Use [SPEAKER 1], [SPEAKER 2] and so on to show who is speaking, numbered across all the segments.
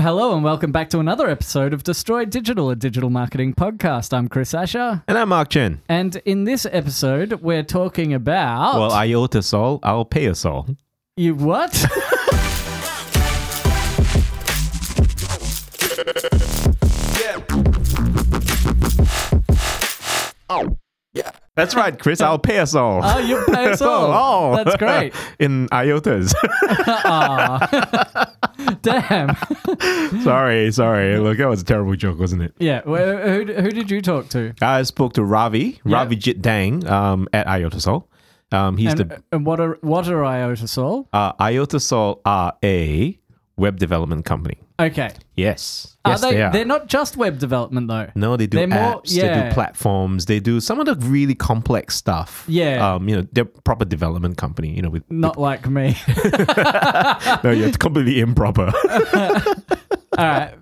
[SPEAKER 1] hello, and welcome back to another episode of Destroyed Digital, a digital marketing podcast. I'm Chris Asher,
[SPEAKER 2] And I'm Mark Chen.
[SPEAKER 1] and in this episode, we're talking about.
[SPEAKER 2] Well, I owe to Sol, I'll pay a Sol.
[SPEAKER 1] You what?
[SPEAKER 2] That's right, Chris. I'll pay a Sol.
[SPEAKER 1] Oh, you pay us all.
[SPEAKER 2] Oh.
[SPEAKER 1] That's great.
[SPEAKER 2] In IOTAs.
[SPEAKER 1] Damn.
[SPEAKER 2] sorry, sorry. Look, that was a terrible joke, wasn't it?
[SPEAKER 1] Yeah. Well, who, who did you talk to?
[SPEAKER 2] I spoke to Ravi, Ravi Jit Dang um, at IOTASOL. Um, he's the
[SPEAKER 1] And, and what are what are IOTA Sol?
[SPEAKER 2] uh, IOTASOL are a web development company.
[SPEAKER 1] Okay.
[SPEAKER 2] Yes.
[SPEAKER 1] Are
[SPEAKER 2] yes,
[SPEAKER 1] they,
[SPEAKER 2] they are.
[SPEAKER 1] They're not just web development though.
[SPEAKER 2] No, they do
[SPEAKER 1] They're more-
[SPEAKER 2] apps. They
[SPEAKER 1] yeah.
[SPEAKER 2] do platforms. They do some of the really complex stuff.
[SPEAKER 1] Yeah.
[SPEAKER 2] Um, you know, they're a proper development company. You know, with
[SPEAKER 1] Not like me.
[SPEAKER 2] no, yeah, it's completely improper.
[SPEAKER 1] All right.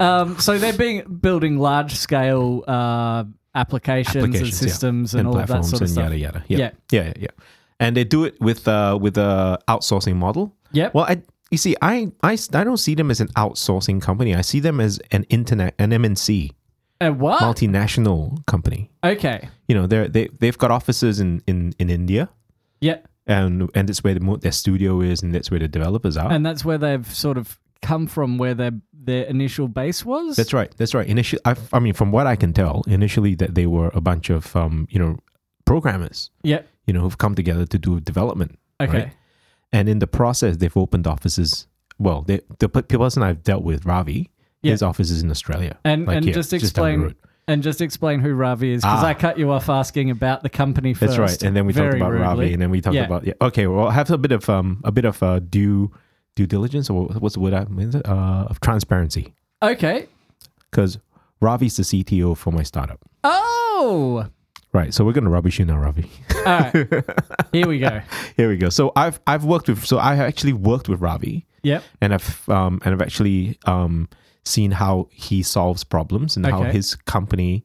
[SPEAKER 1] Um, so they're being building large scale uh, applications, and
[SPEAKER 2] Applications, yeah.
[SPEAKER 1] systems and, all of that
[SPEAKER 2] platforms
[SPEAKER 1] sort of
[SPEAKER 2] and
[SPEAKER 1] stuff.
[SPEAKER 2] Yada yada.
[SPEAKER 1] Yeah.
[SPEAKER 2] Yeah. yeah, yeah, yeah. And they do it with uh with a outsourcing model.
[SPEAKER 1] Yep.
[SPEAKER 2] Well, I you see, I, I I don't see them as an outsourcing company. I see them as an internet an MNC
[SPEAKER 1] And what?
[SPEAKER 2] multinational company.
[SPEAKER 1] okay.
[SPEAKER 2] You know, they're they they've got offices in in in India.
[SPEAKER 1] Yep.
[SPEAKER 2] And, and it's where the, mo- their studio is, and that's where the developers are.
[SPEAKER 1] And that's where they've sort of come from, where their their initial base was.
[SPEAKER 2] That's right. That's right. Initially, I, I mean, from what I can tell, initially that they were a bunch of um, you know programmers,
[SPEAKER 1] Yep.
[SPEAKER 2] you know, who've come together to do development.
[SPEAKER 1] Okay.
[SPEAKER 2] Right? And in the process, they've opened offices. Well, they, the pe- person I've dealt with, Ravi, his office is in Australia.
[SPEAKER 1] And
[SPEAKER 2] Like
[SPEAKER 1] and
[SPEAKER 2] here,
[SPEAKER 1] just
[SPEAKER 2] down the
[SPEAKER 1] explain
[SPEAKER 2] road.
[SPEAKER 1] and just explain who Ravi is because
[SPEAKER 2] Ah.
[SPEAKER 1] I cut you off asking about the company first.
[SPEAKER 2] That's right. And then we talked
[SPEAKER 1] very
[SPEAKER 2] about Ravi,
[SPEAKER 1] rudely.
[SPEAKER 2] and then we talked
[SPEAKER 1] Yeah.
[SPEAKER 2] about yeah. Okay, well, have a bit of um, a bit of uh, due due diligence, or what's the word? I mean, uh, of transparency,
[SPEAKER 1] Okay.
[SPEAKER 2] because Ravi's the CTO for my startup.
[SPEAKER 1] Oh.
[SPEAKER 2] Right. So we're gonna rubbish you now, Ravi.
[SPEAKER 1] All right. Here we go.
[SPEAKER 2] Here we go. So I've I've worked with so I actually worked with Ravi
[SPEAKER 1] Yep.
[SPEAKER 2] and I've um, and I've actually um, seen how he solves problems and how
[SPEAKER 1] Okay.
[SPEAKER 2] his company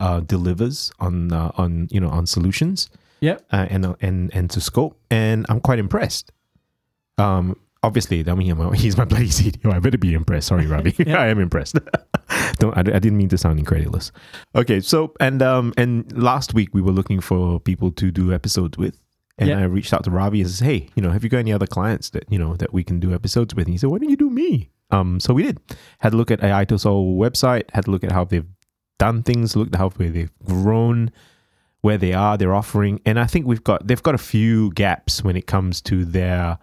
[SPEAKER 2] uh, delivers on uh, on you know on solutions
[SPEAKER 1] Yep.
[SPEAKER 2] uh, and uh, and and to scope and I'm quite impressed. Um, obviously, I mean I'm- he's my bloody CDO. I better be impressed. Sorry, Ravi. I am impressed. Don't I, I didn't mean to sound incredulous. Okay, so and um and last week we were looking for people to do episodes with. And
[SPEAKER 1] Yeah.
[SPEAKER 2] I reached out to Ravi and says, "Hey, you know, have you got any other clients that you know that we can do episodes with?" And he said, "Why don't you do me?" Um, so we did. Had a look at Aitosol website. Had a look at how they've done things. Looked at how where they've grown, where they are, their offering, and I think we've got they've got a few gaps when it comes to their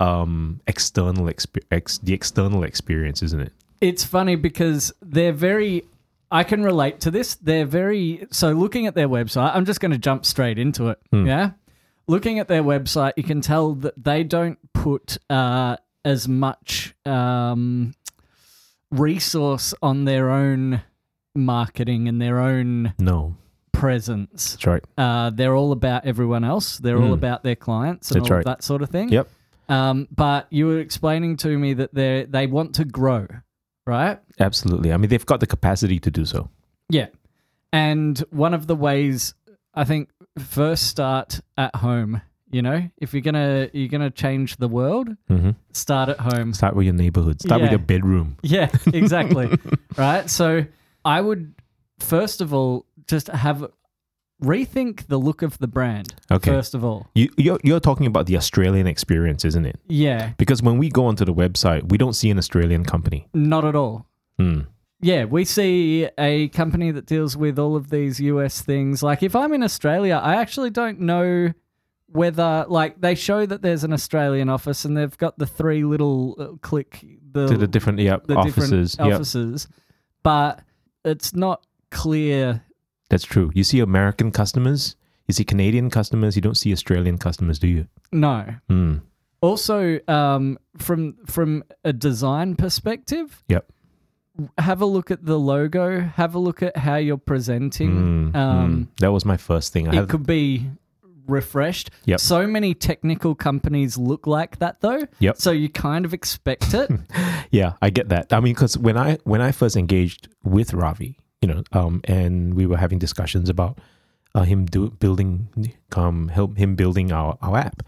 [SPEAKER 2] um external exp- ex- the external experience, isn't it?
[SPEAKER 1] it's funny because they're very I can relate to this. They're very so looking at their website, I'm just going to jump straight into it.
[SPEAKER 2] Hmm.
[SPEAKER 1] Yeah. Looking at their website, you can tell that they don't put uh, as much um, resource on their own marketing and their own
[SPEAKER 2] No,
[SPEAKER 1] presence.
[SPEAKER 2] that's right.
[SPEAKER 1] Uh, they're all about everyone else. They're all about their clients and
[SPEAKER 2] Hmm. That's
[SPEAKER 1] all
[SPEAKER 2] right.
[SPEAKER 1] of that sort of thing.
[SPEAKER 2] Yep.
[SPEAKER 1] Um, but you were explaining to me that they they want to grow, right?
[SPEAKER 2] Absolutely. I mean, they've got the capacity to do so.
[SPEAKER 1] Yeah. And one of the ways I think first start at home, you know? If you're going to you're going to change the world,
[SPEAKER 2] Mm-hmm.
[SPEAKER 1] start at home.
[SPEAKER 2] Start with your neighborhood. Start with
[SPEAKER 1] Yeah.
[SPEAKER 2] your bedroom.
[SPEAKER 1] Yeah, exactly. right? So I would first of all just have rethink the look of the brand.
[SPEAKER 2] Okay.
[SPEAKER 1] First of all.
[SPEAKER 2] You, you're, you're talking about the Australian experience, isn't it?
[SPEAKER 1] Yeah,
[SPEAKER 2] Because when we go onto the website, we don't see an Australian company.
[SPEAKER 1] not at all.
[SPEAKER 2] Mm.
[SPEAKER 1] Yeah, we see a company that deals with all of these US things. Like, if I'm in Australia, I actually don't know whether, like, they show that there's an Australian office and they've got the three little uh, click the,
[SPEAKER 2] To the different yeah,
[SPEAKER 1] the
[SPEAKER 2] offices.
[SPEAKER 1] different
[SPEAKER 2] Yeah,
[SPEAKER 1] offices, but it's not clear.
[SPEAKER 2] that's true. You see American customers, you see Canadian customers, you don't see Australian customers, do you?
[SPEAKER 1] No.
[SPEAKER 2] Mm.
[SPEAKER 1] Also, um, from from a design perspective,
[SPEAKER 2] Yep.
[SPEAKER 1] have a look at the logo. Have a look at how you're presenting.
[SPEAKER 2] Mm,
[SPEAKER 1] um,
[SPEAKER 2] mm. That was my first thing. I
[SPEAKER 1] it
[SPEAKER 2] had,
[SPEAKER 1] could be refreshed.
[SPEAKER 2] Yep.
[SPEAKER 1] So many technical companies look like that though.
[SPEAKER 2] Yep.
[SPEAKER 1] So you kind of expect it.
[SPEAKER 2] yeah, I get that. I mean, because when I when I first engaged with Ravi, you know, um, and we were having discussions about uh, him do, building, um, help him building our our app.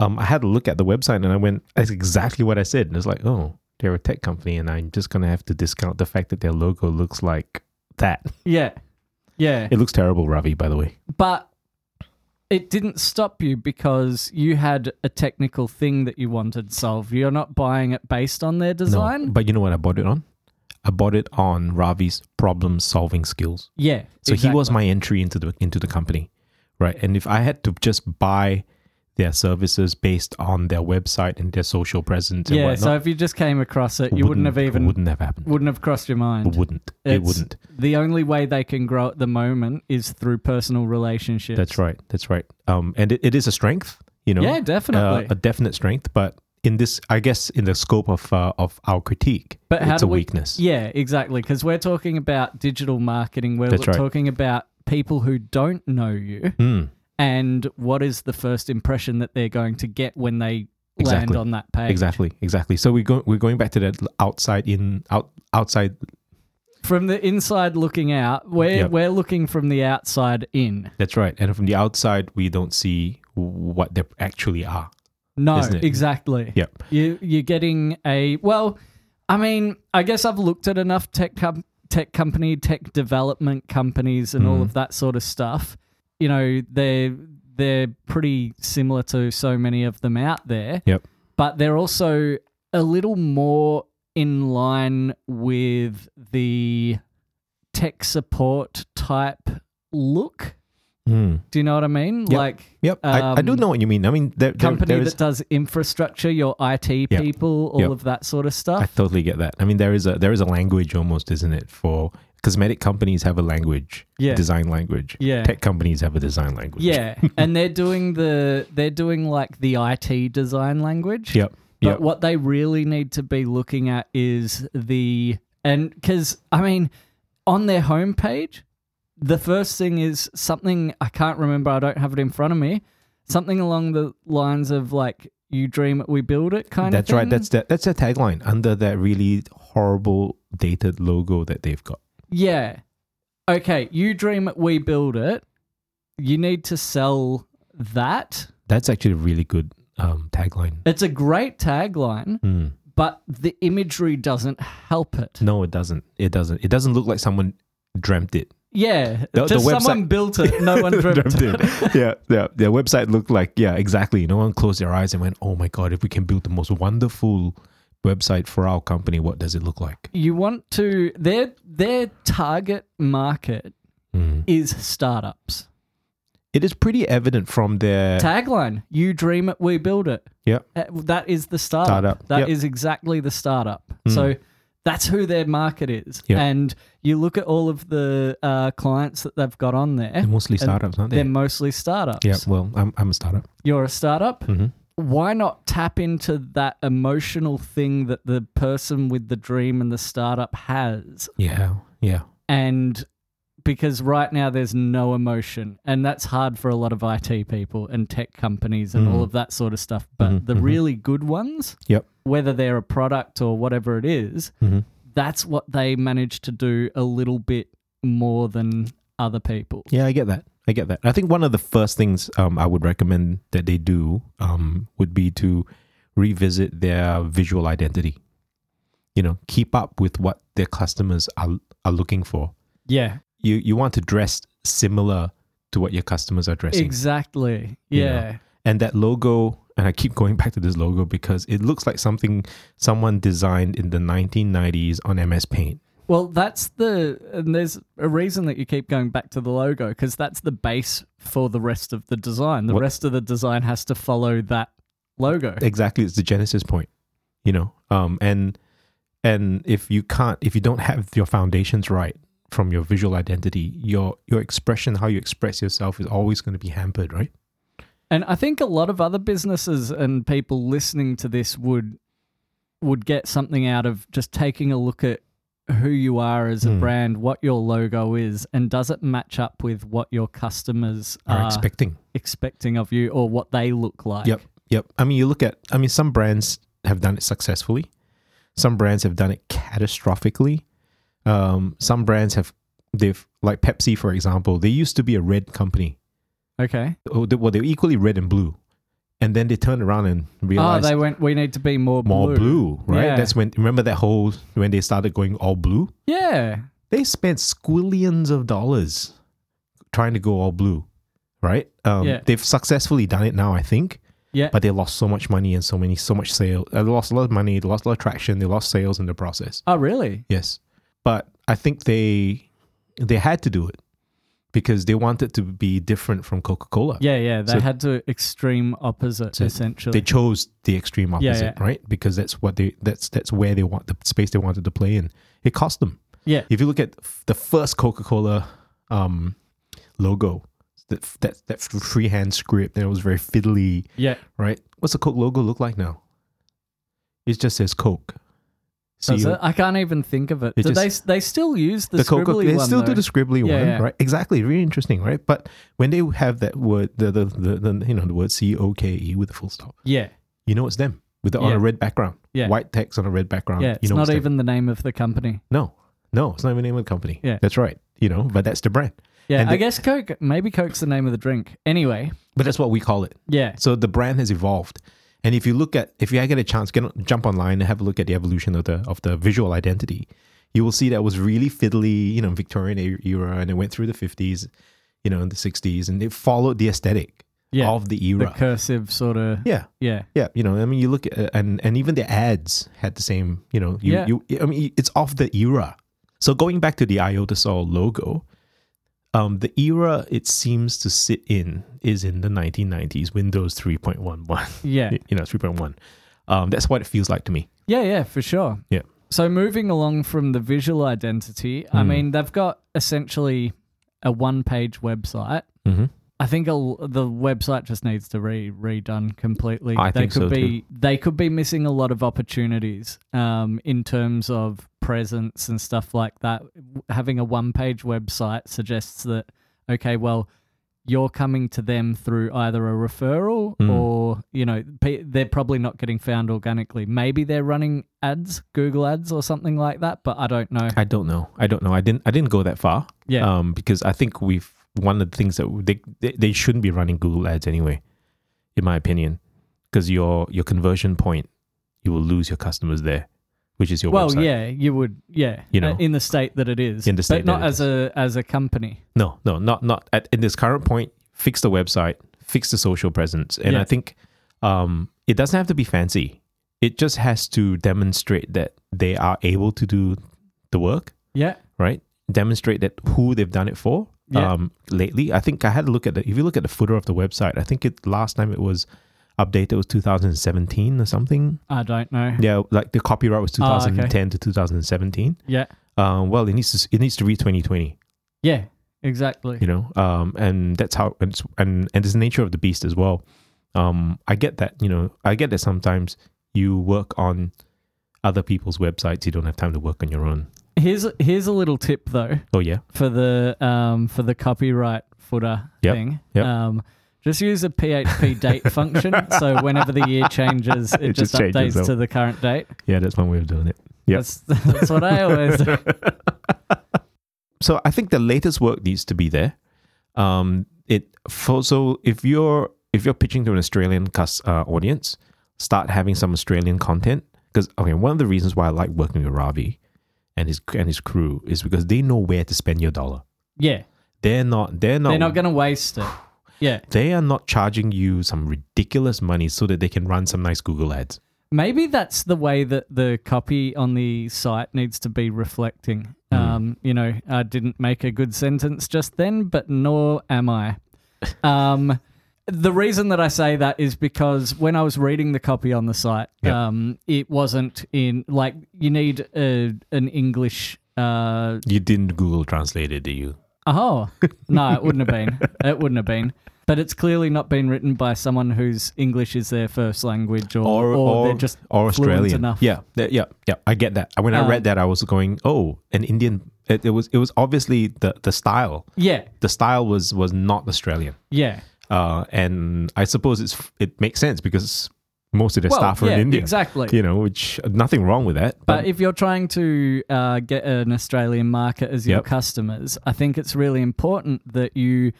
[SPEAKER 2] Um, I had a look at the website and I went, that's exactly what I said, and it's like, oh, they're a tech company and I'm just gonna have to discount the fact that their logo looks like that.
[SPEAKER 1] Yeah. Yeah.
[SPEAKER 2] It looks terrible, Ravi, by the way.
[SPEAKER 1] but it didn't stop you because you had a technical thing that you wanted solved. You're not buying it based on their design.
[SPEAKER 2] No. But you know what I bought it on? I bought it on Ravi's problem solving skills.
[SPEAKER 1] Yeah.
[SPEAKER 2] So he was
[SPEAKER 1] exactly.
[SPEAKER 2] my entry into the into the company, right? And if I had to just buy their services based on their website and their social presence and
[SPEAKER 1] Yeah.
[SPEAKER 2] whatnot,
[SPEAKER 1] So if you just came across it, you wouldn't, have even wouldn't,
[SPEAKER 2] wouldn't have happened.
[SPEAKER 1] have crossed your mind.
[SPEAKER 2] It wouldn't. It
[SPEAKER 1] It's-
[SPEAKER 2] wouldn't.
[SPEAKER 1] The only way they can grow at the moment is through personal relationships.
[SPEAKER 2] That's right. That's right. Um, and it, it is a strength, you know.
[SPEAKER 1] Yeah,
[SPEAKER 2] uh,
[SPEAKER 1] definitely.
[SPEAKER 2] a definite strength, but in this, I guess, in the scope of uh, of our critique,
[SPEAKER 1] But how
[SPEAKER 2] it's
[SPEAKER 1] do
[SPEAKER 2] a
[SPEAKER 1] we-
[SPEAKER 2] weakness.
[SPEAKER 1] yeah, exactly. Because we're talking about digital marketing. We're
[SPEAKER 2] That's right.
[SPEAKER 1] talking about people who don't know you
[SPEAKER 2] Mm,
[SPEAKER 1] and what is the first impression that they're going to get when they land
[SPEAKER 2] Exactly.
[SPEAKER 1] on that page.
[SPEAKER 2] exactly, exactly. So we go, we're going back to that outside in out outside.
[SPEAKER 1] From the inside looking out, we're,
[SPEAKER 2] Yep.
[SPEAKER 1] we're looking from the outside in.
[SPEAKER 2] That's right. And from the outside, we don't see what they actually are.
[SPEAKER 1] No,
[SPEAKER 2] Isn't it?
[SPEAKER 1] exactly.
[SPEAKER 2] Yep.
[SPEAKER 1] You you're getting a well. I mean, I guess I've looked at enough tech com- tech company, tech development companies, and
[SPEAKER 2] Mm.
[SPEAKER 1] all of that sort of stuff. You know, they're they're pretty similar to so many of them out there.
[SPEAKER 2] Yep.
[SPEAKER 1] But they're also a little more in line with the tech support type look.
[SPEAKER 2] Mm.
[SPEAKER 1] Do you know what I mean?
[SPEAKER 2] Yep.
[SPEAKER 1] Like
[SPEAKER 2] Yep. I, I do
[SPEAKER 1] Um,
[SPEAKER 2] know what you mean. I mean, there, there,
[SPEAKER 1] company
[SPEAKER 2] there is.
[SPEAKER 1] that does infrastructure, your IT
[SPEAKER 2] Yeah.
[SPEAKER 1] people, all
[SPEAKER 2] Yeah.
[SPEAKER 1] of that sort of
[SPEAKER 2] I
[SPEAKER 1] stuff.
[SPEAKER 2] totally get that. I mean, there is a there is a language almost, isn't it? For cosmetic companies have a language,
[SPEAKER 1] Yeah.
[SPEAKER 2] design language.
[SPEAKER 1] yeah.
[SPEAKER 2] Tech companies have a design language.
[SPEAKER 1] yeah. and they're doing the they're doing like the IT design language.
[SPEAKER 2] Yep.
[SPEAKER 1] But
[SPEAKER 2] Yep.
[SPEAKER 1] what they really need to be looking at is the and cuz I mean on their homepage the first thing is something I can't remember I don't have it in front of me something along the lines of like you dream it we build it kind
[SPEAKER 2] That's
[SPEAKER 1] of
[SPEAKER 2] right. That's that. That's their tagline under that really horrible dated logo that they've got.
[SPEAKER 1] Yeah. Okay, you dream it, we build it. You need to sell that.
[SPEAKER 2] That's actually a really good um, tagline.
[SPEAKER 1] It's a great tagline,
[SPEAKER 2] Hmm.
[SPEAKER 1] but the imagery doesn't help it.
[SPEAKER 2] No, it doesn't. It doesn't. It doesn't look like someone dreamt it.
[SPEAKER 1] Yeah,
[SPEAKER 2] The- the
[SPEAKER 1] just
[SPEAKER 2] website-
[SPEAKER 1] someone built it. No one dreamt
[SPEAKER 2] Dreamt
[SPEAKER 1] it.
[SPEAKER 2] it. yeah, yeah. Their website looked like yeah, exactly. No one closed their eyes and went, "Oh my god, if we can build the most wonderful website for our company, what does it look like?"
[SPEAKER 1] You want to their their target market
[SPEAKER 2] Hmm.
[SPEAKER 1] is startups.
[SPEAKER 2] It is pretty evident from their
[SPEAKER 1] Tagline: You dream it, we build it.
[SPEAKER 2] yeah.
[SPEAKER 1] Uh, That is the startup.
[SPEAKER 2] Startup,
[SPEAKER 1] That is
[SPEAKER 2] yep. Hmm.
[SPEAKER 1] exactly the startup. So that's who their market is.
[SPEAKER 2] Yep.
[SPEAKER 1] And you look at all of the uh, clients that they've got on there,
[SPEAKER 2] They're mostly startups, aren't
[SPEAKER 1] they're
[SPEAKER 2] they?
[SPEAKER 1] mostly startups.
[SPEAKER 2] Yeah. Well, I'm I'm a startup.
[SPEAKER 1] You're a startup.
[SPEAKER 2] Mhm.
[SPEAKER 1] Why not tap into that emotional thing that the person with the dream and the startup has?
[SPEAKER 2] Yeah. Yeah.
[SPEAKER 1] And because right now there's no emotion, and that's hard for a lot of IT people and tech companies and all of that sort of stuff. But the really good ones,
[SPEAKER 2] Yep.
[SPEAKER 1] whether they're a product or whatever it is,
[SPEAKER 2] Mhm.
[SPEAKER 1] that's what they manage to do a little bit more than other people.
[SPEAKER 2] Yeah, I get that. I get that. I think one of the first things um, I would recommend that they do um, would be to revisit their visual identity. You know, keep up with what their customers are are looking for.
[SPEAKER 1] Yeah,
[SPEAKER 2] You you want to dress similar to what your customers are dressing,
[SPEAKER 1] exactly.
[SPEAKER 2] You know,
[SPEAKER 1] Yeah.
[SPEAKER 2] and that logo. And I keep going back to this logo because it looks like something someone designed in the 1990s on MS Paint.
[SPEAKER 1] Well, that's the and there's a reason that you keep going back to the logo because that's the base for the rest of the design. The
[SPEAKER 2] What- Eh.
[SPEAKER 1] rest of the design has to follow that logo.
[SPEAKER 2] exactly it's the genesis point you know um and and if you can't if you don't have your foundations right from your visual identity your your expression how you express yourself is always going to be hampered right
[SPEAKER 1] And I think a lot of other businesses and people listening to this would would get something out of just taking a look at who you are as a
[SPEAKER 2] Hmm.
[SPEAKER 1] brand, what your logo is, and does it match up with what your customers
[SPEAKER 2] are
[SPEAKER 1] are
[SPEAKER 2] expecting
[SPEAKER 1] expecting of you or what they look like?
[SPEAKER 2] yep yep i mean you look at i mean some brands have done it successfully some brands have done it catastrophically um some brands have they've like pepsi for example they used to be a red company
[SPEAKER 1] Okay.
[SPEAKER 2] oh, they, well, they're equally red and blue. and then they turned around and
[SPEAKER 1] Oh,
[SPEAKER 2] realized
[SPEAKER 1] they went. We need to be more blue.
[SPEAKER 2] more blue, right?
[SPEAKER 1] Yeah.
[SPEAKER 2] That's when remember that whole when they started going all blue.
[SPEAKER 1] Yeah,
[SPEAKER 2] They spent squillions of dollars trying to go all blue, right? Um,
[SPEAKER 1] Yeah.
[SPEAKER 2] They've successfully done it now, I think,
[SPEAKER 1] yeah.
[SPEAKER 2] but they lost so much money and so many so much sales. They lost a lot of money. They lost a lot of traction. They lost sales in the process.
[SPEAKER 1] oh, really?
[SPEAKER 2] Yes, but I think they they had to do it because they wanted to be different from Coca Cola.
[SPEAKER 1] Yeah, yeah. They
[SPEAKER 2] So-
[SPEAKER 1] had to extreme opposite essentially.
[SPEAKER 2] They chose the extreme
[SPEAKER 1] Yeah,
[SPEAKER 2] opposite,
[SPEAKER 1] yeah.
[SPEAKER 2] right? Because that's what they that's that's where they want the space they wanted to play in. It cost them.
[SPEAKER 1] yeah,
[SPEAKER 2] If you look at f- the first Coca Cola um, logo, that that that freehand script, and it was very fiddly,
[SPEAKER 1] yeah.
[SPEAKER 2] right? What's the Coke logo look like now? It just says Coke.
[SPEAKER 1] Does
[SPEAKER 2] CO
[SPEAKER 1] it? I can't even think of it.
[SPEAKER 2] It
[SPEAKER 1] do they?
[SPEAKER 2] just-
[SPEAKER 1] They still use the,
[SPEAKER 2] the
[SPEAKER 1] scribbly
[SPEAKER 2] Coca
[SPEAKER 1] one.
[SPEAKER 2] they still do
[SPEAKER 1] though.
[SPEAKER 2] the scribbly
[SPEAKER 1] Yeah,
[SPEAKER 2] one,
[SPEAKER 1] yeah.
[SPEAKER 2] right? Exactly, really interesting, right? But when they have that word, the the, the, the you know the word C O K E with the full stop,
[SPEAKER 1] yeah,
[SPEAKER 2] you know it's them with the, on
[SPEAKER 1] Yeah.
[SPEAKER 2] a red background,
[SPEAKER 1] Yeah.
[SPEAKER 2] white text on a red background.
[SPEAKER 1] yeah. It's
[SPEAKER 2] you know
[SPEAKER 1] not
[SPEAKER 2] them.
[SPEAKER 1] even the name of the company.
[SPEAKER 2] no, no, it's not even the name of the company.
[SPEAKER 1] Yeah.
[SPEAKER 2] that's right. You know, but that's the brand.
[SPEAKER 1] Yeah,
[SPEAKER 2] And
[SPEAKER 1] I
[SPEAKER 2] the-
[SPEAKER 1] guess Coke. Maybe Coke's the name of the drink. Anyway,
[SPEAKER 2] But that's what we call it.
[SPEAKER 1] yeah,
[SPEAKER 2] So the brand has evolved. And if you look at, if you get a chance, get on, jump online and have a look at the evolution of the of the visual identity. You will see that it was really fiddly, you know, Victorian e- era, and it went through the fifties, you know, and the sixties, and it followed the aesthetic
[SPEAKER 1] yeah.
[SPEAKER 2] of the
[SPEAKER 1] the
[SPEAKER 2] era.
[SPEAKER 1] cursive sort of.
[SPEAKER 2] yeah,
[SPEAKER 1] Yeah,
[SPEAKER 2] yeah, you know, I mean, you look at and and even the ads had the same, you know, you,
[SPEAKER 1] Yeah.
[SPEAKER 2] you I mean, it's of the era. So going back to the Iodasol logo, um, the era it seems to sit in is in the 1990s, Windows 3.11
[SPEAKER 1] yeah, yeah,
[SPEAKER 2] you know, 3.1. Um, that's what it feels like to me.
[SPEAKER 1] yeah, for sure.
[SPEAKER 2] Yeah.
[SPEAKER 1] So moving along from the visual identity, I
[SPEAKER 2] Hmm.
[SPEAKER 1] mean, they've got essentially a one-page website.
[SPEAKER 2] Mm-hmm.
[SPEAKER 1] I think a l the website just needs to re redone completely.
[SPEAKER 2] I
[SPEAKER 1] they
[SPEAKER 2] think
[SPEAKER 1] could
[SPEAKER 2] so
[SPEAKER 1] be they could be missing a lot of opportunities um, in terms of presence and stuff like that. W- Having a one page website suggests that okay, well, you're coming to them through either a referral
[SPEAKER 2] Mm.
[SPEAKER 1] or you know pe- they're probably not getting found organically. Maybe they're running ads, Google ads or something like that, but I don't know.
[SPEAKER 2] I don't know. I don't know. I didn't. I didn't go that far.
[SPEAKER 1] Yeah.
[SPEAKER 2] Um, because I think we've one of the things that they they, they shouldn't be running Google ads anyway, in my opinion, because your your conversion point, you will lose your customers there, which is your
[SPEAKER 1] well,
[SPEAKER 2] website.
[SPEAKER 1] yeah, you would, yeah,
[SPEAKER 2] You know.
[SPEAKER 1] uh, in the state that it is,
[SPEAKER 2] In the state
[SPEAKER 1] but not
[SPEAKER 2] that it
[SPEAKER 1] as a as a company.
[SPEAKER 2] No, no, not not at in this current point. Fix the website. Fix the social presence. And
[SPEAKER 1] Yeah.
[SPEAKER 2] I think um, it doesn't have to be fancy. It just has to demonstrate that they are able to do the work
[SPEAKER 1] Yeah.
[SPEAKER 2] right? Demonstrate that who they've done it for.
[SPEAKER 1] Yeah.
[SPEAKER 2] Um, lately, I think I had a look at the. If you look at the footer of the website, I think it last time it was updated was 2017 or something.
[SPEAKER 1] I don't know.
[SPEAKER 2] Yeah, like the copyright was
[SPEAKER 1] Ah, okay.
[SPEAKER 2] 2010 to 2017.
[SPEAKER 1] Yeah.
[SPEAKER 2] Um, well, it needs to it needs to read 2020.
[SPEAKER 1] Yeah. Exactly.
[SPEAKER 2] You know, um, and that's how and it's, and and it's the nature of the beast as well. Um, I get that. You know, I get that sometimes you work on other people's websites, you don't have time to work on your own.
[SPEAKER 1] Here's here's a little tip though
[SPEAKER 2] Oh yeah,
[SPEAKER 1] for the um for the copyright footer
[SPEAKER 2] Yep.
[SPEAKER 1] thing.
[SPEAKER 2] Yep.
[SPEAKER 1] Um just use a PHP date function. So whenever the year changes, it,
[SPEAKER 2] It
[SPEAKER 1] just,
[SPEAKER 2] just changes
[SPEAKER 1] updates
[SPEAKER 2] up.
[SPEAKER 1] to the current date.
[SPEAKER 2] yeah, that's one way of doing it. Yep.
[SPEAKER 1] That's that's what I always do.
[SPEAKER 2] so I think the latest work needs to be there. Um, it for, so if you're if you're pitching to an Australian cus, uh, audience, start having some Australian content because okay, one of the reasons why I like working with Ravi and his and his crew is because they know where to spend your dollar.
[SPEAKER 1] Yeah.
[SPEAKER 2] They're not they're not
[SPEAKER 1] They're not gonna waste it. Yeah.
[SPEAKER 2] they are not charging you some ridiculous money so that they can run some nice Google ads.
[SPEAKER 1] Maybe that's the way that the copy on the site needs to be reflecting. Um, you know, I didn't make a good sentence just then, but nor am I. Um, the reason that I say that is because when I was reading the copy on the site,
[SPEAKER 2] Yeah.
[SPEAKER 1] um, it wasn't in like you need a, an English. Uh,
[SPEAKER 2] You didn't Google translate it, did you?
[SPEAKER 1] oh no, it wouldn't have been. It wouldn't have been. But it's clearly not been written by someone whose English is their first language, or or, they're just
[SPEAKER 2] or
[SPEAKER 1] fluent
[SPEAKER 2] Australian.
[SPEAKER 1] enough.
[SPEAKER 2] Yeah, th- yeah, yeah. I get that. When I
[SPEAKER 1] Um,
[SPEAKER 2] read that, I was going, "Oh, an Indian." It, it was it was obviously the the style.
[SPEAKER 1] yeah,
[SPEAKER 2] The style was was not Australian,
[SPEAKER 1] yeah.
[SPEAKER 2] uh, and I suppose it's it makes sense because most of their
[SPEAKER 1] Well,
[SPEAKER 2] staff are
[SPEAKER 1] yeah,
[SPEAKER 2] in India,
[SPEAKER 1] exactly.
[SPEAKER 2] You know, which nothing wrong with that. But,
[SPEAKER 1] But if you're trying to uh, get an Australian market as your
[SPEAKER 2] Yep.
[SPEAKER 1] customers, I think it's really important that you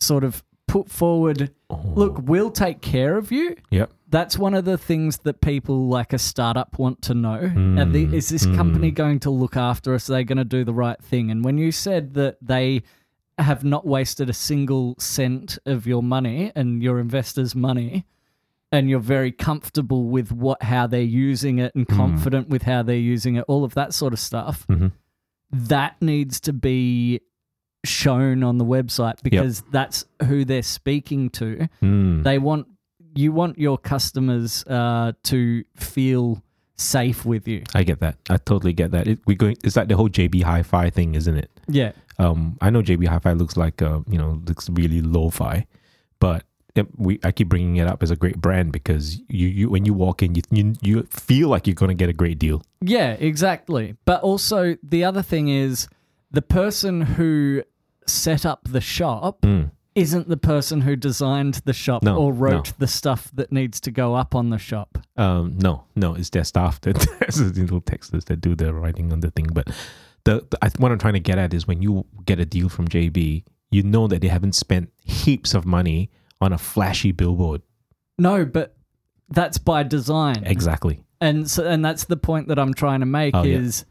[SPEAKER 1] sort of put forward,
[SPEAKER 2] Oh.
[SPEAKER 1] look, we'll take care of you.
[SPEAKER 2] Yep.
[SPEAKER 1] That's one of the things that people like a startup want to know. Are the- is this company going to look after us? Are they going to do the right thing? And when you said that they have not wasted a single cent of your money and your investors' money, and you're very comfortable with what how they're using it and confident with how they're using it, all of that sort of stuff,
[SPEAKER 2] Mhm.
[SPEAKER 1] that needs to be shown on the website because that's who they're speaking to
[SPEAKER 2] Mm.
[SPEAKER 1] they want you want your customers uh, to feel safe with you.
[SPEAKER 2] I get that. I totally get that. It, we going. It's like the whole JB Hi-Fi thing, isn't it?
[SPEAKER 1] Yeah,
[SPEAKER 2] Um, I know JB Hi-Fi looks like uh, you know, looks really lo-fi, but it, we I keep bringing it up as a great brand because you, you when you walk in, you, you you feel like you're gonna get a great deal.
[SPEAKER 1] yeah, exactly. But also the other thing is the person who set up the shop
[SPEAKER 2] Mm.
[SPEAKER 1] isn't the person who designed the shop
[SPEAKER 2] No,
[SPEAKER 1] or
[SPEAKER 2] no.
[SPEAKER 1] wrote the stuff that needs to go up on the shop.
[SPEAKER 2] Um, no, no, it's their staff that it's the little texters that do the writing on the thing. But the, the I, what I'm trying to get at is when you get a deal from JB, you know that they haven't spent heaps of money on a flashy billboard.
[SPEAKER 1] No, but that's by design.
[SPEAKER 2] Exactly.
[SPEAKER 1] and so and that's the point that I'm trying to make
[SPEAKER 2] Oh, yeah.
[SPEAKER 1] is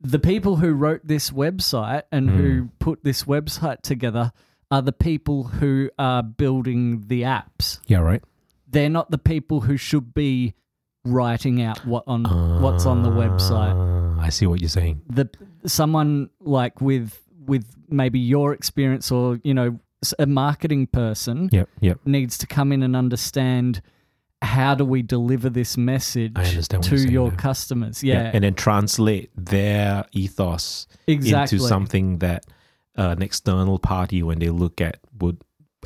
[SPEAKER 1] the people who wrote this website and
[SPEAKER 2] Hmm.
[SPEAKER 1] who put this website together are the people who are building the apps.
[SPEAKER 2] Yeah. Right.
[SPEAKER 1] They're not the people who should be writing out what on what's on the website.
[SPEAKER 2] Uh, I see what you're saying.
[SPEAKER 1] The someone like with with maybe your experience or you know s- a marketing person
[SPEAKER 2] Yep. Yep.
[SPEAKER 1] needs to come in and understand how do we deliver this message
[SPEAKER 2] I understand what
[SPEAKER 1] to
[SPEAKER 2] you're saying
[SPEAKER 1] your
[SPEAKER 2] now.
[SPEAKER 1] customers?
[SPEAKER 2] Yeah,
[SPEAKER 1] yeah
[SPEAKER 2] And then translate their ethos
[SPEAKER 1] exactly.
[SPEAKER 2] into something that uh, an external party, when they look at, would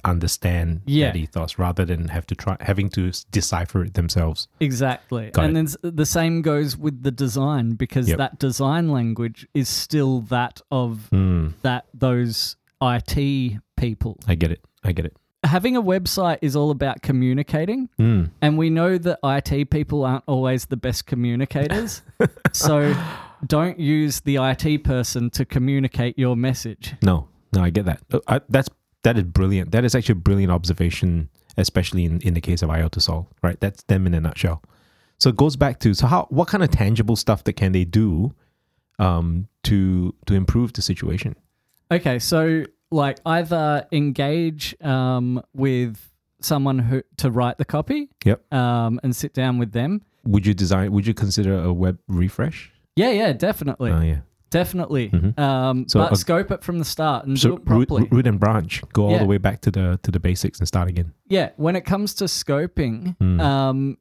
[SPEAKER 2] understand
[SPEAKER 1] Yeah.
[SPEAKER 2] that ethos rather than have to try having to s- decipher it themselves.
[SPEAKER 1] Exactly.
[SPEAKER 2] Got
[SPEAKER 1] and then s- the same goes with the design because
[SPEAKER 2] Yep.
[SPEAKER 1] that design language is still that of
[SPEAKER 2] Hmm.
[SPEAKER 1] that those IT people.
[SPEAKER 2] I get it. I get it.
[SPEAKER 1] Having a website is all about communicating
[SPEAKER 2] Mm.
[SPEAKER 1] and we know that IT people aren't always the best communicators. so don't use the IT person to communicate your message.
[SPEAKER 2] No, no, I get that. Uh, I, that's that is brilliant. That is actually a brilliant observation, especially in, in the case of IOTOSOL, right? That's them in a nutshell. So it goes back to so how what kind of tangible stuff that can they do um, to to improve the situation?
[SPEAKER 1] Okay, so like either engage um, with someone who to write the copy
[SPEAKER 2] Yep.
[SPEAKER 1] um, and sit down with them
[SPEAKER 2] Would you design? Would you consider a web refresh?
[SPEAKER 1] Yeah, yeah, definitely,
[SPEAKER 2] Oh yeah.
[SPEAKER 1] definitely. Um,
[SPEAKER 2] Mm-hmm. So
[SPEAKER 1] but
[SPEAKER 2] a-
[SPEAKER 1] scope it from the start and do
[SPEAKER 2] So
[SPEAKER 1] it
[SPEAKER 2] root,
[SPEAKER 1] properly.
[SPEAKER 2] root and branch, go all
[SPEAKER 1] Yeah.
[SPEAKER 2] the way back to the to the basics and start again.
[SPEAKER 1] yeah, when it comes to scoping,
[SPEAKER 2] Hmm.
[SPEAKER 1] um,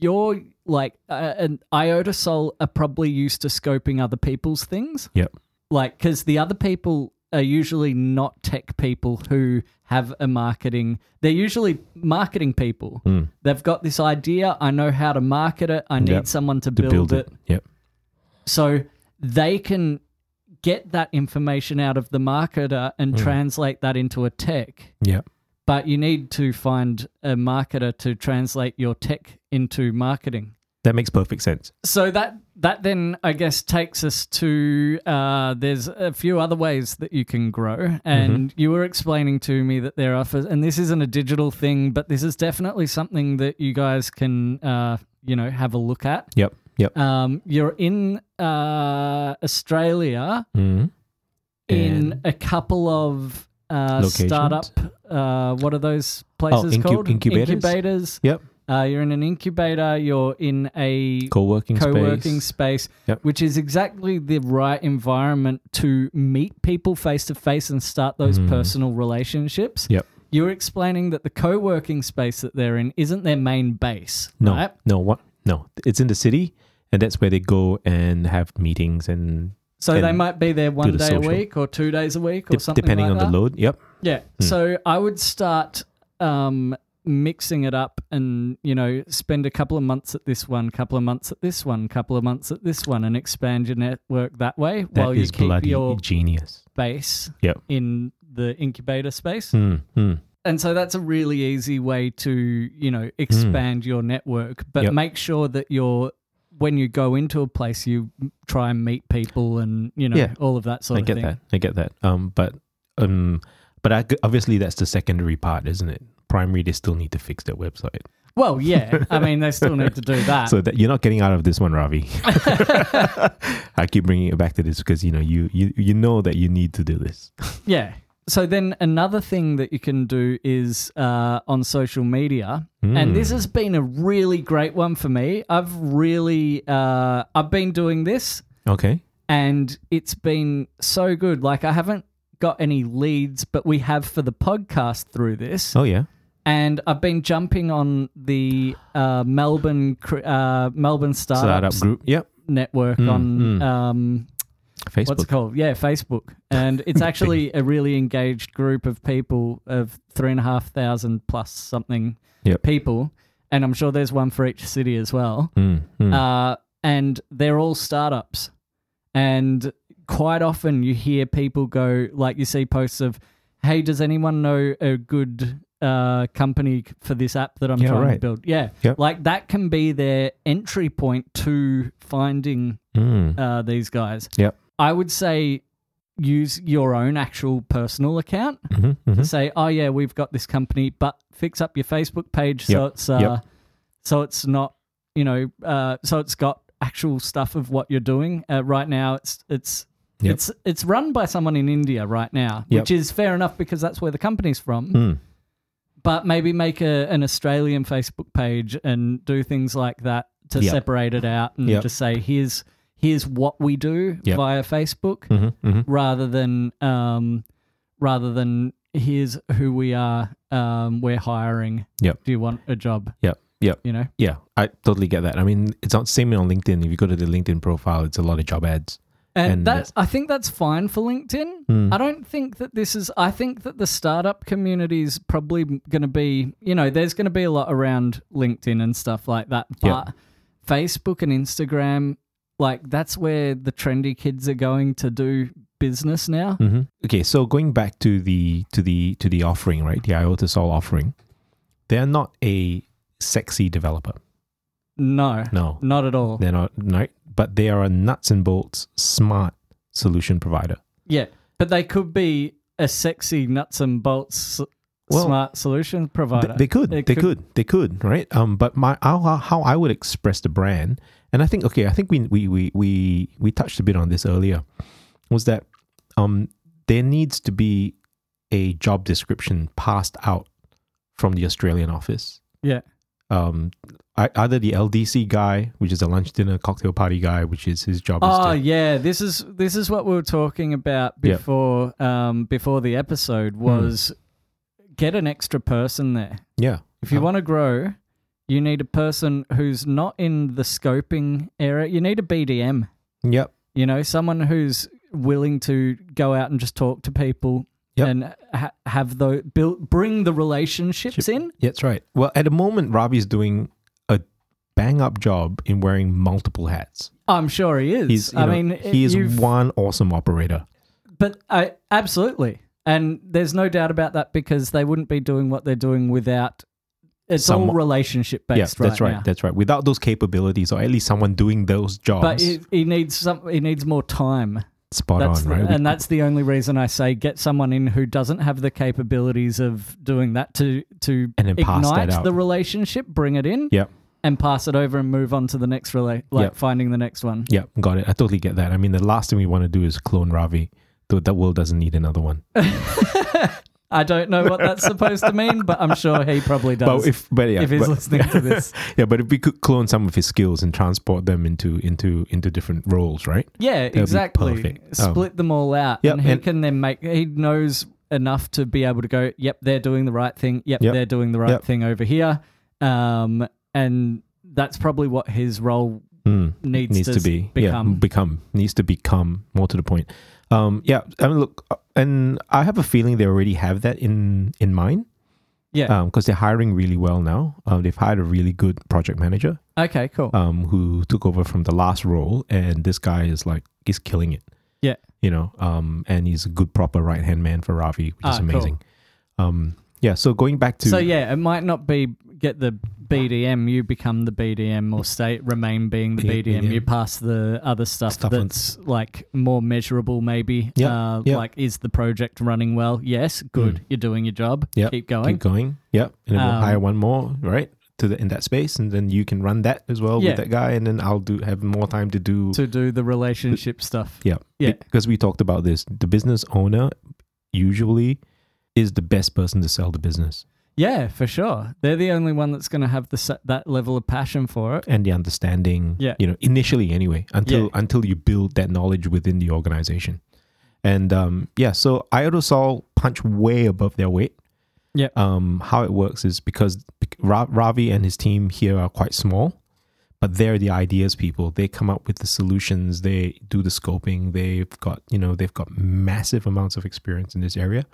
[SPEAKER 1] you're like uh, an iota soul are probably used to scoping other people's things,
[SPEAKER 2] Yep.
[SPEAKER 1] like because the other people are usually not tech people who have a marketing. They're usually marketing people. They've got this idea. I know how to market it. I need
[SPEAKER 2] Yep.
[SPEAKER 1] someone to,
[SPEAKER 2] To build, it. Yep.
[SPEAKER 1] So they can get that information out of the marketer and
[SPEAKER 2] Hmm.
[SPEAKER 1] translate that into a tech.
[SPEAKER 2] Yep.
[SPEAKER 1] But you need to find a marketer to translate your tech into marketing.
[SPEAKER 2] That makes perfect sense.
[SPEAKER 1] So that that then I guess takes us to uh, there's a few other ways that you can grow, and you were explaining to me that there are, for, and this isn't a digital thing, but this is definitely something that you guys can uh, you know have a look at.
[SPEAKER 2] Yep. Yep.
[SPEAKER 1] Um, you're in uh, Australia
[SPEAKER 2] Mhm.
[SPEAKER 1] Uh, in
[SPEAKER 2] And-
[SPEAKER 1] a couple of uh,
[SPEAKER 2] Locations? Oh,
[SPEAKER 1] startup. Uh, what are those places
[SPEAKER 2] incu-
[SPEAKER 1] called?
[SPEAKER 2] incubators?
[SPEAKER 1] Incubators.
[SPEAKER 2] Yep.
[SPEAKER 1] Uh, you're in an incubator. You're in a
[SPEAKER 2] Co-working,
[SPEAKER 1] co-working
[SPEAKER 2] space.
[SPEAKER 1] space,
[SPEAKER 2] Yep.
[SPEAKER 1] which is exactly the right environment to meet people face to face and start those personal relationships.
[SPEAKER 2] Hmm. Yep.
[SPEAKER 1] You're explaining that the co-working space that they're in isn't their main base.
[SPEAKER 2] No,
[SPEAKER 1] right?
[SPEAKER 2] no, what? No, it's in the city, and that's where they go and have meetings and
[SPEAKER 1] So
[SPEAKER 2] and
[SPEAKER 1] they might be there one
[SPEAKER 2] the
[SPEAKER 1] day a
[SPEAKER 2] social.
[SPEAKER 1] week or two days a week or
[SPEAKER 2] de-
[SPEAKER 1] something
[SPEAKER 2] depending
[SPEAKER 1] like
[SPEAKER 2] on
[SPEAKER 1] that.
[SPEAKER 2] the load. Yep.
[SPEAKER 1] Yeah.
[SPEAKER 2] Hmm.
[SPEAKER 1] So I would start um, mixing it up and, you know, spend a couple of months at this one, couple of months at this one, couple of months at this one and expand your network that way
[SPEAKER 2] that is
[SPEAKER 1] while you keep
[SPEAKER 2] bloody
[SPEAKER 1] your
[SPEAKER 2] genius.
[SPEAKER 1] base
[SPEAKER 2] Yep.
[SPEAKER 1] in the incubator space.
[SPEAKER 2] Mm, mm.
[SPEAKER 1] And so that's a really easy way to, you know, expand your network, but
[SPEAKER 2] Yep.
[SPEAKER 1] make sure that you're when you go into a place you try and meet people and, you know,
[SPEAKER 2] Yeah.
[SPEAKER 1] all of that sort
[SPEAKER 2] I
[SPEAKER 1] of
[SPEAKER 2] get
[SPEAKER 1] thing.
[SPEAKER 2] that. I get that. Um, but um, But I, obviously, that's the secondary part, isn't it? Primary, they still need to fix their website.
[SPEAKER 1] Well, yeah. I mean, they still need to do that.
[SPEAKER 2] So that you're not getting out of this one, Ravi. I keep bringing it back to this because you know you, you you know that you need to do this.
[SPEAKER 1] yeah. So then another thing that you can do is uh, on social media, and this has been a really great one for me. I've really uh, I've been doing this,
[SPEAKER 2] Okay.
[SPEAKER 1] and it's been so good. Like I haven't got any leads, but we have for the podcast through this.
[SPEAKER 2] Oh yeah.
[SPEAKER 1] and I've been jumping on the uh, Melbourne cr- uh, Melbourne
[SPEAKER 2] Startup
[SPEAKER 1] Startups
[SPEAKER 2] group. Yep.
[SPEAKER 1] Network on um,
[SPEAKER 2] Facebook.
[SPEAKER 1] what's it called? Yeah, Facebook, and it's actually a really engaged group of people of three and a half thousand plus something
[SPEAKER 2] Yep.
[SPEAKER 1] people, and I'm sure there's one for each city as well.
[SPEAKER 2] Mm, mm.
[SPEAKER 1] Uh, and they're all startups, and quite often you hear people go like you see posts of, "Hey, does anyone know a good uh, company for this app that I'm
[SPEAKER 2] Yeah,
[SPEAKER 1] trying to
[SPEAKER 2] right.
[SPEAKER 1] build?" Yeah,
[SPEAKER 2] Yep.
[SPEAKER 1] like that can be their entry point to finding
[SPEAKER 2] Mm.
[SPEAKER 1] uh, these guys.
[SPEAKER 2] Yep.
[SPEAKER 1] I would say use your own actual personal account
[SPEAKER 2] Mhm, mhm.
[SPEAKER 1] to say, oh yeah, we've got this company, but fix up your Facebook page so
[SPEAKER 2] Yep,
[SPEAKER 1] it's uh,
[SPEAKER 2] yep.
[SPEAKER 1] so it's not you know uh, so it's got actual stuff of what you're doing uh, right now. It's it's
[SPEAKER 2] Yep.
[SPEAKER 1] it's it's run by someone in India right now,
[SPEAKER 2] Yep.
[SPEAKER 1] which is fair enough because that's where the company's from.
[SPEAKER 2] Mm.
[SPEAKER 1] But maybe make a, an Australian Facebook page and do things like that to
[SPEAKER 2] Yep.
[SPEAKER 1] separate it out and
[SPEAKER 2] Yep.
[SPEAKER 1] just say here's here's what we do
[SPEAKER 2] Yep.
[SPEAKER 1] via Facebook
[SPEAKER 2] Mhm, mhm.
[SPEAKER 1] rather than um, rather than here's who we are. Um, we're hiring.
[SPEAKER 2] Yep.
[SPEAKER 1] Do you want a job?
[SPEAKER 2] Yep. Yep.
[SPEAKER 1] You know.
[SPEAKER 2] Yeah, I totally get that. I mean, it's not same on LinkedIn. If you go to the LinkedIn profile, it's a lot of job ads.
[SPEAKER 1] And,
[SPEAKER 2] And
[SPEAKER 1] that's I think that's fine for LinkedIn.
[SPEAKER 2] Hmm. Mm-hmm.
[SPEAKER 1] I don't think that this is. I think that the startup community is probably going to be. You know, there's going to be a lot around LinkedIn and stuff like that.
[SPEAKER 2] Yeah.
[SPEAKER 1] But Facebook and Instagram, like that's where the trendy kids are going to do business now.
[SPEAKER 2] Mm-hmm. Okay, so going back to the to the to the offering, right? The IOTA Sol offering, they are not a sexy developer.
[SPEAKER 1] No,
[SPEAKER 2] No,
[SPEAKER 1] not at all.
[SPEAKER 2] they're not. Right, but they are a nuts and bolts smart solution provider.
[SPEAKER 1] Yeah, but they could be a sexy nuts and bolts s
[SPEAKER 2] Well,
[SPEAKER 1] smart solution
[SPEAKER 2] Th-
[SPEAKER 1] provider.
[SPEAKER 2] they could,
[SPEAKER 1] It
[SPEAKER 2] they could, they could, right? Um, but my how, how- how I would express the brand, and I think okay, I think we we we we we touched a bit on this earlier, was that um there needs to be a job description passed out from the Australian office.
[SPEAKER 1] Yeah,
[SPEAKER 2] um, I, either the LDC guy, which is a lunch dinner cocktail party guy, which is his job.
[SPEAKER 1] Oh
[SPEAKER 2] is
[SPEAKER 1] yeah, this is this is what we were talking about
[SPEAKER 2] Yeah.
[SPEAKER 1] before um before the episode
[SPEAKER 2] Hmm.
[SPEAKER 1] was get an extra person there.
[SPEAKER 2] to, yeah,
[SPEAKER 1] If you
[SPEAKER 2] Uh,
[SPEAKER 1] want to grow, you need a person who's not in the scoping area. You need a BDM,
[SPEAKER 2] yep,
[SPEAKER 1] you know, someone who's willing to go out and just talk to people
[SPEAKER 2] Yep.
[SPEAKER 1] and ha- have those build bring the relationships in.
[SPEAKER 2] yeah, that's right. Well, at the moment, Ravi's doing a bang up job in wearing multiple hats.
[SPEAKER 1] I'm sure he is.
[SPEAKER 2] He's, you
[SPEAKER 1] I
[SPEAKER 2] know,
[SPEAKER 1] mean,
[SPEAKER 2] he is
[SPEAKER 1] you've-
[SPEAKER 2] one awesome operator.
[SPEAKER 1] But I absolutely, and there's no doubt about that because they wouldn't be doing what they're doing without. It's all
[SPEAKER 2] Someone-
[SPEAKER 1] relationship based,
[SPEAKER 2] Yeah,
[SPEAKER 1] right?
[SPEAKER 2] that's right,
[SPEAKER 1] now.
[SPEAKER 2] that's right. Without those capabilities, or at least someone doing those jobs,
[SPEAKER 1] but he, he needs some. He needs more time.
[SPEAKER 2] spot
[SPEAKER 1] That's
[SPEAKER 2] on,
[SPEAKER 1] the-
[SPEAKER 2] right? We-
[SPEAKER 1] and that's the only reason I say get someone in who doesn't have the capabilities of doing that to to
[SPEAKER 2] And then pass that
[SPEAKER 1] ignite
[SPEAKER 2] out.
[SPEAKER 1] the relationship, bring it in,
[SPEAKER 2] Yep.
[SPEAKER 1] and pass it over and move on to the next relate, like
[SPEAKER 2] Yep.
[SPEAKER 1] finding the next one.
[SPEAKER 2] yeah, got it. I totally get that. I mean, the last thing we want to do is clone Ravi. The, the world doesn't need another one.
[SPEAKER 1] I don't know what that's supposed to mean, but I'm sure he probably does
[SPEAKER 2] But if, but yeah,
[SPEAKER 1] if he's
[SPEAKER 2] but-
[SPEAKER 1] listening to this.
[SPEAKER 2] Yeah, but if we could clone some of his skills and transport them into into into different roles, right?
[SPEAKER 1] Yeah,
[SPEAKER 2] be
[SPEAKER 1] exactly.
[SPEAKER 2] perfect. Um,
[SPEAKER 1] Split them all out,
[SPEAKER 2] Yep,
[SPEAKER 1] and he
[SPEAKER 2] and-
[SPEAKER 1] can then make. He knows enough to be able to go. Yep, they're doing the right thing. Yep,
[SPEAKER 2] Yep.
[SPEAKER 1] they're doing the right
[SPEAKER 2] Yep.
[SPEAKER 1] thing over here. Um, and that's probably what his role
[SPEAKER 2] Mm.
[SPEAKER 1] needs,
[SPEAKER 2] Needs
[SPEAKER 1] to,
[SPEAKER 2] to be yeah,
[SPEAKER 1] become.
[SPEAKER 2] become needs to become more to the point. Um, yeah, I mean, look, uh, and I have a feeling they already have that in in mind.
[SPEAKER 1] Yeah.
[SPEAKER 2] because they're hiring really well now. Um, they've hired a really good project manager
[SPEAKER 1] okay. Cool.
[SPEAKER 2] um, who took over from the last role, and this guy is like he's killing it.
[SPEAKER 1] Yeah.
[SPEAKER 2] you know, um, and he's a good proper right hand man for Ravi, which
[SPEAKER 1] Ah,
[SPEAKER 2] is
[SPEAKER 1] cool.
[SPEAKER 2] amazing. Um, yeah, so going back to
[SPEAKER 1] so yeah, it might not be get the BDM, you become the BDM or stay remain being the
[SPEAKER 2] Mm. Yeah,
[SPEAKER 1] BDM.
[SPEAKER 2] BDM.
[SPEAKER 1] You pass the other stuff,
[SPEAKER 2] Stuff on-
[SPEAKER 1] that's like more measurable, maybe.
[SPEAKER 2] Yeah,
[SPEAKER 1] Uh,
[SPEAKER 2] yeah.
[SPEAKER 1] Like, is the project running well? Yes, good. You're doing your job.
[SPEAKER 2] Mm. Yep.
[SPEAKER 1] Keep going.
[SPEAKER 2] Keep going. Yep. And then we'll
[SPEAKER 1] Um,
[SPEAKER 2] hire one more, right? To the in that space, and then you can run that as well
[SPEAKER 1] Yeah.
[SPEAKER 2] with that guy, and then I'll do have more time to do.
[SPEAKER 1] To do the relationship stuff.
[SPEAKER 2] yeah.
[SPEAKER 1] Yeah.
[SPEAKER 2] Because we talked about this, the business owner usually is the best person to sell the business
[SPEAKER 1] Yeah, for sure. They're the only one that's going to have the se- that level of passion for it.
[SPEAKER 2] and the understanding.
[SPEAKER 1] Yeah.
[SPEAKER 2] You know, initially anyway, until
[SPEAKER 1] Yeah.
[SPEAKER 2] until you build that knowledge within the organization, and um, yeah. So Iodosol punch way above their weight.
[SPEAKER 1] Yep.
[SPEAKER 2] um, how it works is because Ra- Ravi and his team here are quite small, but they're the ideas people. They come up with the solutions. They do the scoping. They've got you know they've got massive amounts of experience in this area,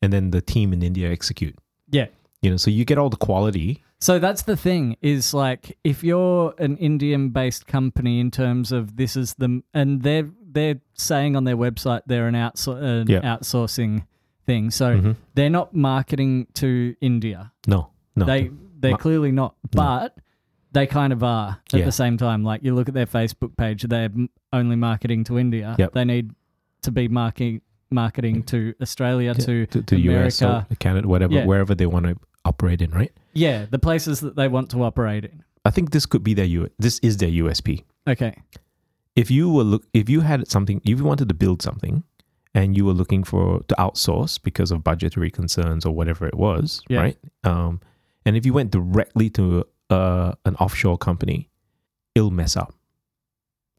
[SPEAKER 2] and then the team in India execute.
[SPEAKER 1] Yeah.
[SPEAKER 2] You know, so you get all the quality.
[SPEAKER 1] So that's the thing is like if you're an Indian based company in terms of this is the and they're they're saying on their website they're an, outsour an
[SPEAKER 2] Yeah.
[SPEAKER 1] outsourcing thing. So
[SPEAKER 2] Mhm.
[SPEAKER 1] they're not marketing to India.
[SPEAKER 2] No, no,
[SPEAKER 1] They they're
[SPEAKER 2] Ma-
[SPEAKER 1] clearly not, but they kind of are at
[SPEAKER 2] Yeah.
[SPEAKER 1] the same time. Like you look at their Facebook page, they're m- only marketing to India.
[SPEAKER 2] Yep.
[SPEAKER 1] They need to be marketing marketing to Australia to
[SPEAKER 2] to, to
[SPEAKER 1] America.
[SPEAKER 2] US or Canada, whatever,
[SPEAKER 1] Yeah.
[SPEAKER 2] wherever they want to operate in, right?
[SPEAKER 1] Yeah, the places that they want to operate in.
[SPEAKER 2] I think this could be their U. This is their USP.
[SPEAKER 1] Okay.
[SPEAKER 2] if you were look if you had something if you wanted to build something and you were looking for to outsource because of budgetary concerns or whatever it was
[SPEAKER 1] Yeah.
[SPEAKER 2] right um and if you went directly to uh, an offshore company it'll mess up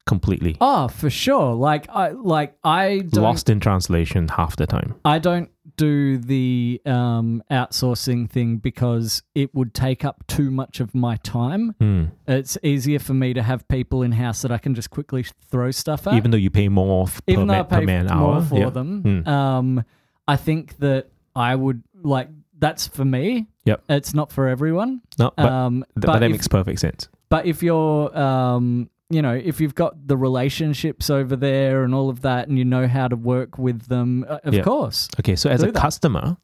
[SPEAKER 2] completely
[SPEAKER 1] Oh, for sure. Like I like I don't
[SPEAKER 2] lost in translation half the time
[SPEAKER 1] I don't do the um, outsourcing thing because it would take up too much of my time.
[SPEAKER 2] Hmm.
[SPEAKER 1] It's easier for me to have people in house that I can just quickly throw stuff at.
[SPEAKER 2] even though you pay more f- per,
[SPEAKER 1] Even though I
[SPEAKER 2] man, per
[SPEAKER 1] pay
[SPEAKER 2] man
[SPEAKER 1] more
[SPEAKER 2] hour
[SPEAKER 1] for
[SPEAKER 2] yeah.
[SPEAKER 1] them,
[SPEAKER 2] Mm.
[SPEAKER 1] um, I think that I would like that's for me.
[SPEAKER 2] Yep.
[SPEAKER 1] It's not for everyone.
[SPEAKER 2] no but,
[SPEAKER 1] um,
[SPEAKER 2] th- but that
[SPEAKER 1] if-
[SPEAKER 2] makes perfect sense
[SPEAKER 1] but if you're, um, you know, if you've got the relationships over there and all of that, and you know how to work with them, uh, of
[SPEAKER 2] Yeah.
[SPEAKER 1] course.
[SPEAKER 2] okay so as
[SPEAKER 1] Do
[SPEAKER 2] a
[SPEAKER 1] that.
[SPEAKER 2] customer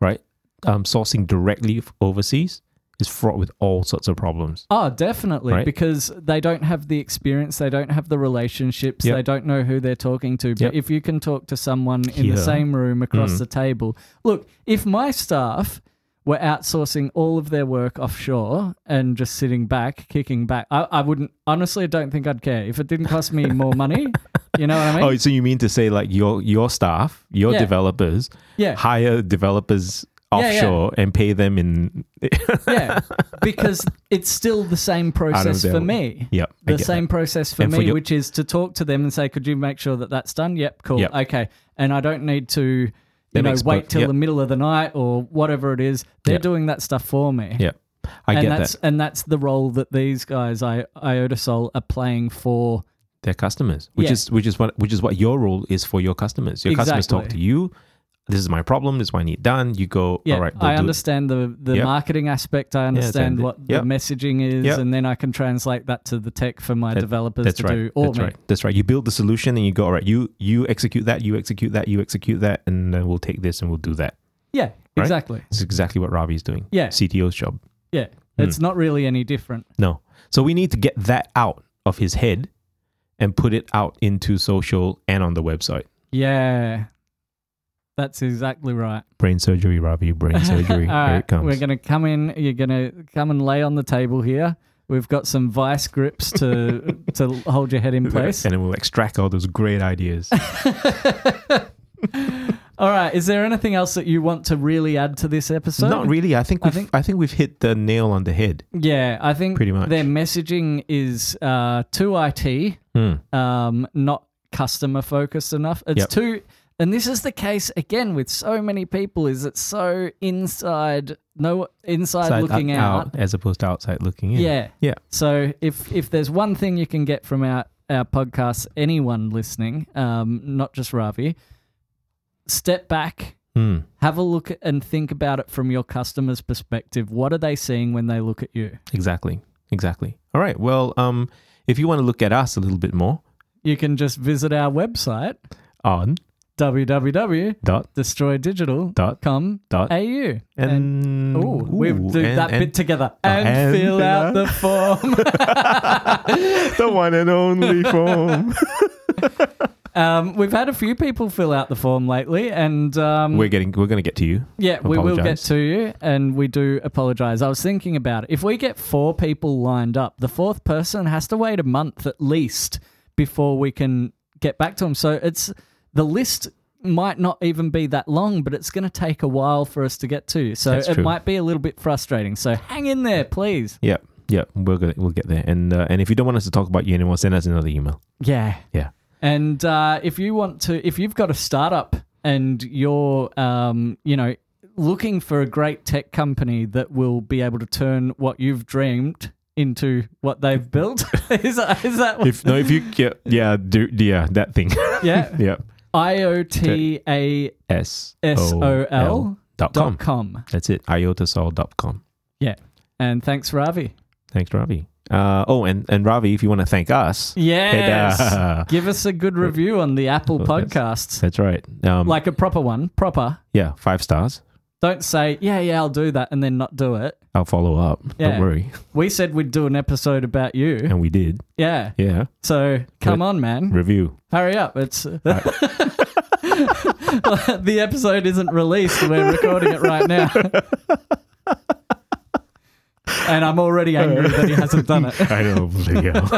[SPEAKER 2] right um, sourcing directly f- overseas is fraught with all sorts of problems
[SPEAKER 1] Oh, definitely,
[SPEAKER 2] Right?
[SPEAKER 1] because they don't have the experience, they don't have the relationships,
[SPEAKER 2] Yep.
[SPEAKER 1] they don't know who they're talking to. But
[SPEAKER 2] Yep.
[SPEAKER 1] if you can talk to someone in
[SPEAKER 2] Yeah.
[SPEAKER 1] the same room across
[SPEAKER 2] Mm.
[SPEAKER 1] the table, look, if my staff were outsourcing all of their work offshore and just sitting back, kicking back, I, I wouldn't, honestly, I don't think I'd care. If it didn't cost me more money, you know what I mean?
[SPEAKER 2] Oh, so you mean to say like your your staff, your
[SPEAKER 1] Yeah.
[SPEAKER 2] developers,
[SPEAKER 1] yeah.
[SPEAKER 2] hire developers
[SPEAKER 1] Yeah, yeah.
[SPEAKER 2] offshore and pay them in?
[SPEAKER 1] yeah, because it's still the same process
[SPEAKER 2] their
[SPEAKER 1] for
[SPEAKER 2] way.
[SPEAKER 1] me.
[SPEAKER 2] Yep, I
[SPEAKER 1] The
[SPEAKER 2] get
[SPEAKER 1] same process for
[SPEAKER 2] And for
[SPEAKER 1] me,
[SPEAKER 2] your-
[SPEAKER 1] which is to talk to them and say, "Could you make sure that that's done?" Yep, cool,
[SPEAKER 2] Yep.
[SPEAKER 1] okay. And I don't need to, you
[SPEAKER 2] That
[SPEAKER 1] know,
[SPEAKER 2] makes
[SPEAKER 1] wait
[SPEAKER 2] perf-
[SPEAKER 1] till
[SPEAKER 2] yep.
[SPEAKER 1] the middle of the night or whatever it is. They're
[SPEAKER 2] Yep.
[SPEAKER 1] doing that stuff for me.
[SPEAKER 2] Yeah, I
[SPEAKER 1] and
[SPEAKER 2] get
[SPEAKER 1] that's
[SPEAKER 2] that.
[SPEAKER 1] and that's the role that these guys, I Iota Sol, are playing for.
[SPEAKER 2] They're customers, which
[SPEAKER 1] Yeah.
[SPEAKER 2] is which is what which is what your role is for your customers. Your customers talk to
[SPEAKER 1] Exactly.
[SPEAKER 2] you. This is my problem. This is what I need done. You go.
[SPEAKER 1] Yeah,
[SPEAKER 2] All right, we'll
[SPEAKER 1] I
[SPEAKER 2] do it."
[SPEAKER 1] understand the the
[SPEAKER 2] Yep.
[SPEAKER 1] marketing aspect. I understand
[SPEAKER 2] and-
[SPEAKER 1] what
[SPEAKER 2] yep.
[SPEAKER 1] the messaging is,
[SPEAKER 2] Yep.
[SPEAKER 1] and then I can translate that to the tech for my
[SPEAKER 2] That-
[SPEAKER 1] developers
[SPEAKER 2] That's
[SPEAKER 1] to
[SPEAKER 2] right.
[SPEAKER 1] do. Or
[SPEAKER 2] That's
[SPEAKER 1] me.
[SPEAKER 2] right. That's right. You build the solution and you go. All right, you you execute that. You execute that. You execute that, and then we'll take this and we'll do that.
[SPEAKER 1] Yeah,
[SPEAKER 2] Right?
[SPEAKER 1] exactly.
[SPEAKER 2] It's exactly what Ravi's doing.
[SPEAKER 1] Yeah.
[SPEAKER 2] CTO's job.
[SPEAKER 1] Yeah.
[SPEAKER 2] Hmm.
[SPEAKER 1] It's not really any different.
[SPEAKER 2] No. So we need to get that out of his head and put it out into social and on the website.
[SPEAKER 1] Yeah. That's exactly right.
[SPEAKER 2] Brain surgery, Ravi. Brain surgery.
[SPEAKER 1] All
[SPEAKER 2] Here
[SPEAKER 1] right,
[SPEAKER 2] it comes.
[SPEAKER 1] We're going to come in. You're going to come and lay on the table here. We've got some vice grips to to hold your head in place.
[SPEAKER 2] And then we'll extract all those great ideas.
[SPEAKER 1] All right. Is there anything else that you want to really add to this episode?
[SPEAKER 2] Not really. I think
[SPEAKER 1] I
[SPEAKER 2] we've I think,
[SPEAKER 1] think-
[SPEAKER 2] we've hit the nail on the head.
[SPEAKER 1] Yeah, I think
[SPEAKER 2] Pretty much.
[SPEAKER 1] their messaging is uh, too IT,
[SPEAKER 2] Hmm.
[SPEAKER 1] um, not customer focused enough. It's
[SPEAKER 2] Yep.
[SPEAKER 1] too, and this is the case again with so many people. Is it's so inside, no inside
[SPEAKER 2] Side- uh,
[SPEAKER 1] looking out.
[SPEAKER 2] as opposed to outside looking in.
[SPEAKER 1] Yeah.
[SPEAKER 2] Yeah.
[SPEAKER 1] So if if there's one thing you can get from our our podcast, anyone listening, um, not just Ravi, step back.
[SPEAKER 2] Hmm.
[SPEAKER 1] Have a look at- and think about it from your customer's perspective. What are they seeing when they look at you?
[SPEAKER 2] Exactly. Exactly. All right. Well, um, if you want to look at us a little bit more
[SPEAKER 1] You can just visit our website,
[SPEAKER 2] on
[SPEAKER 1] www.destroydigital.com.au.
[SPEAKER 2] Dot dot dot
[SPEAKER 1] And,
[SPEAKER 2] Uh, and
[SPEAKER 1] ooh, we
[SPEAKER 2] ooh,
[SPEAKER 1] do
[SPEAKER 2] and-
[SPEAKER 1] that
[SPEAKER 2] and
[SPEAKER 1] bit together and,
[SPEAKER 2] and
[SPEAKER 1] fill
[SPEAKER 2] fill
[SPEAKER 1] out
[SPEAKER 2] out-
[SPEAKER 1] the form.
[SPEAKER 2] the one and only form.
[SPEAKER 1] um, we've had a few people fill out the form lately, and um,
[SPEAKER 2] we're getting. We're gonna get to you.
[SPEAKER 1] Yeah, we will get
[SPEAKER 2] Apologise.
[SPEAKER 1] to you, and we do apologize. I was thinking about it. If we get four people lined up, the fourth person has to wait a month at least before we can get back to them. So it's the list might not even be that long, but it's going to take a while for us to get to. you. So
[SPEAKER 2] That's
[SPEAKER 1] it
[SPEAKER 2] true.
[SPEAKER 1] might be a little bit frustrating. So hang in there, please.
[SPEAKER 2] Yeah, yeah, we're gonna we'll get there. And uh, and if you don't want us to talk about you anymore, send us another email.
[SPEAKER 1] Yeah.
[SPEAKER 2] Yeah.
[SPEAKER 1] And uh, if you want to, if you've got a startup and you're, um, you know, looking for a great tech company that will be able to turn what you've dreamed into what they've built, is that, is that
[SPEAKER 2] If no, if you yeah yeah do, yeah that thing
[SPEAKER 1] yeah?
[SPEAKER 2] yeah
[SPEAKER 1] IOTASOL
[SPEAKER 2] s dot
[SPEAKER 1] dot
[SPEAKER 2] com.
[SPEAKER 1] com.
[SPEAKER 2] That's it. iotosol dot com.
[SPEAKER 1] Yeah. And thanks, Ravi.
[SPEAKER 2] Thanks, Ravi. Uh, oh, and and Ravi, if you want to thank us, head,
[SPEAKER 1] Yes.
[SPEAKER 2] uh,
[SPEAKER 1] Give us a good review on the Apple
[SPEAKER 2] Podcast.
[SPEAKER 1] podcasts,
[SPEAKER 2] that's right. Um,
[SPEAKER 1] like a proper one, proper.
[SPEAKER 2] yeah, five stars.
[SPEAKER 1] Don't say, yeah, yeah, I'll do that and then not do it.
[SPEAKER 2] I'll follow up.
[SPEAKER 1] Yeah.
[SPEAKER 2] Don't worry.
[SPEAKER 1] We said we'd do an episode about you.
[SPEAKER 2] And we did.
[SPEAKER 1] Yeah.
[SPEAKER 2] Yeah.
[SPEAKER 1] So come on, man.
[SPEAKER 2] Review.
[SPEAKER 1] Hurry up. It's the episode isn't released. We're recording it right now. and I'm already angry that he hasn't done it.
[SPEAKER 2] I know. bloody hell.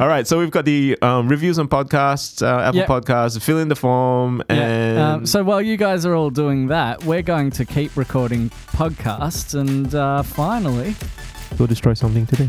[SPEAKER 2] All right. So we've got the um, reviews on podcasts, uh, Apple
[SPEAKER 1] Yeah.
[SPEAKER 2] Podcasts. Fill in the form and
[SPEAKER 1] Yeah. Um, so while you guys are all doing that, we're going to keep recording podcasts and uh, finally
[SPEAKER 2] we'll destroy something today.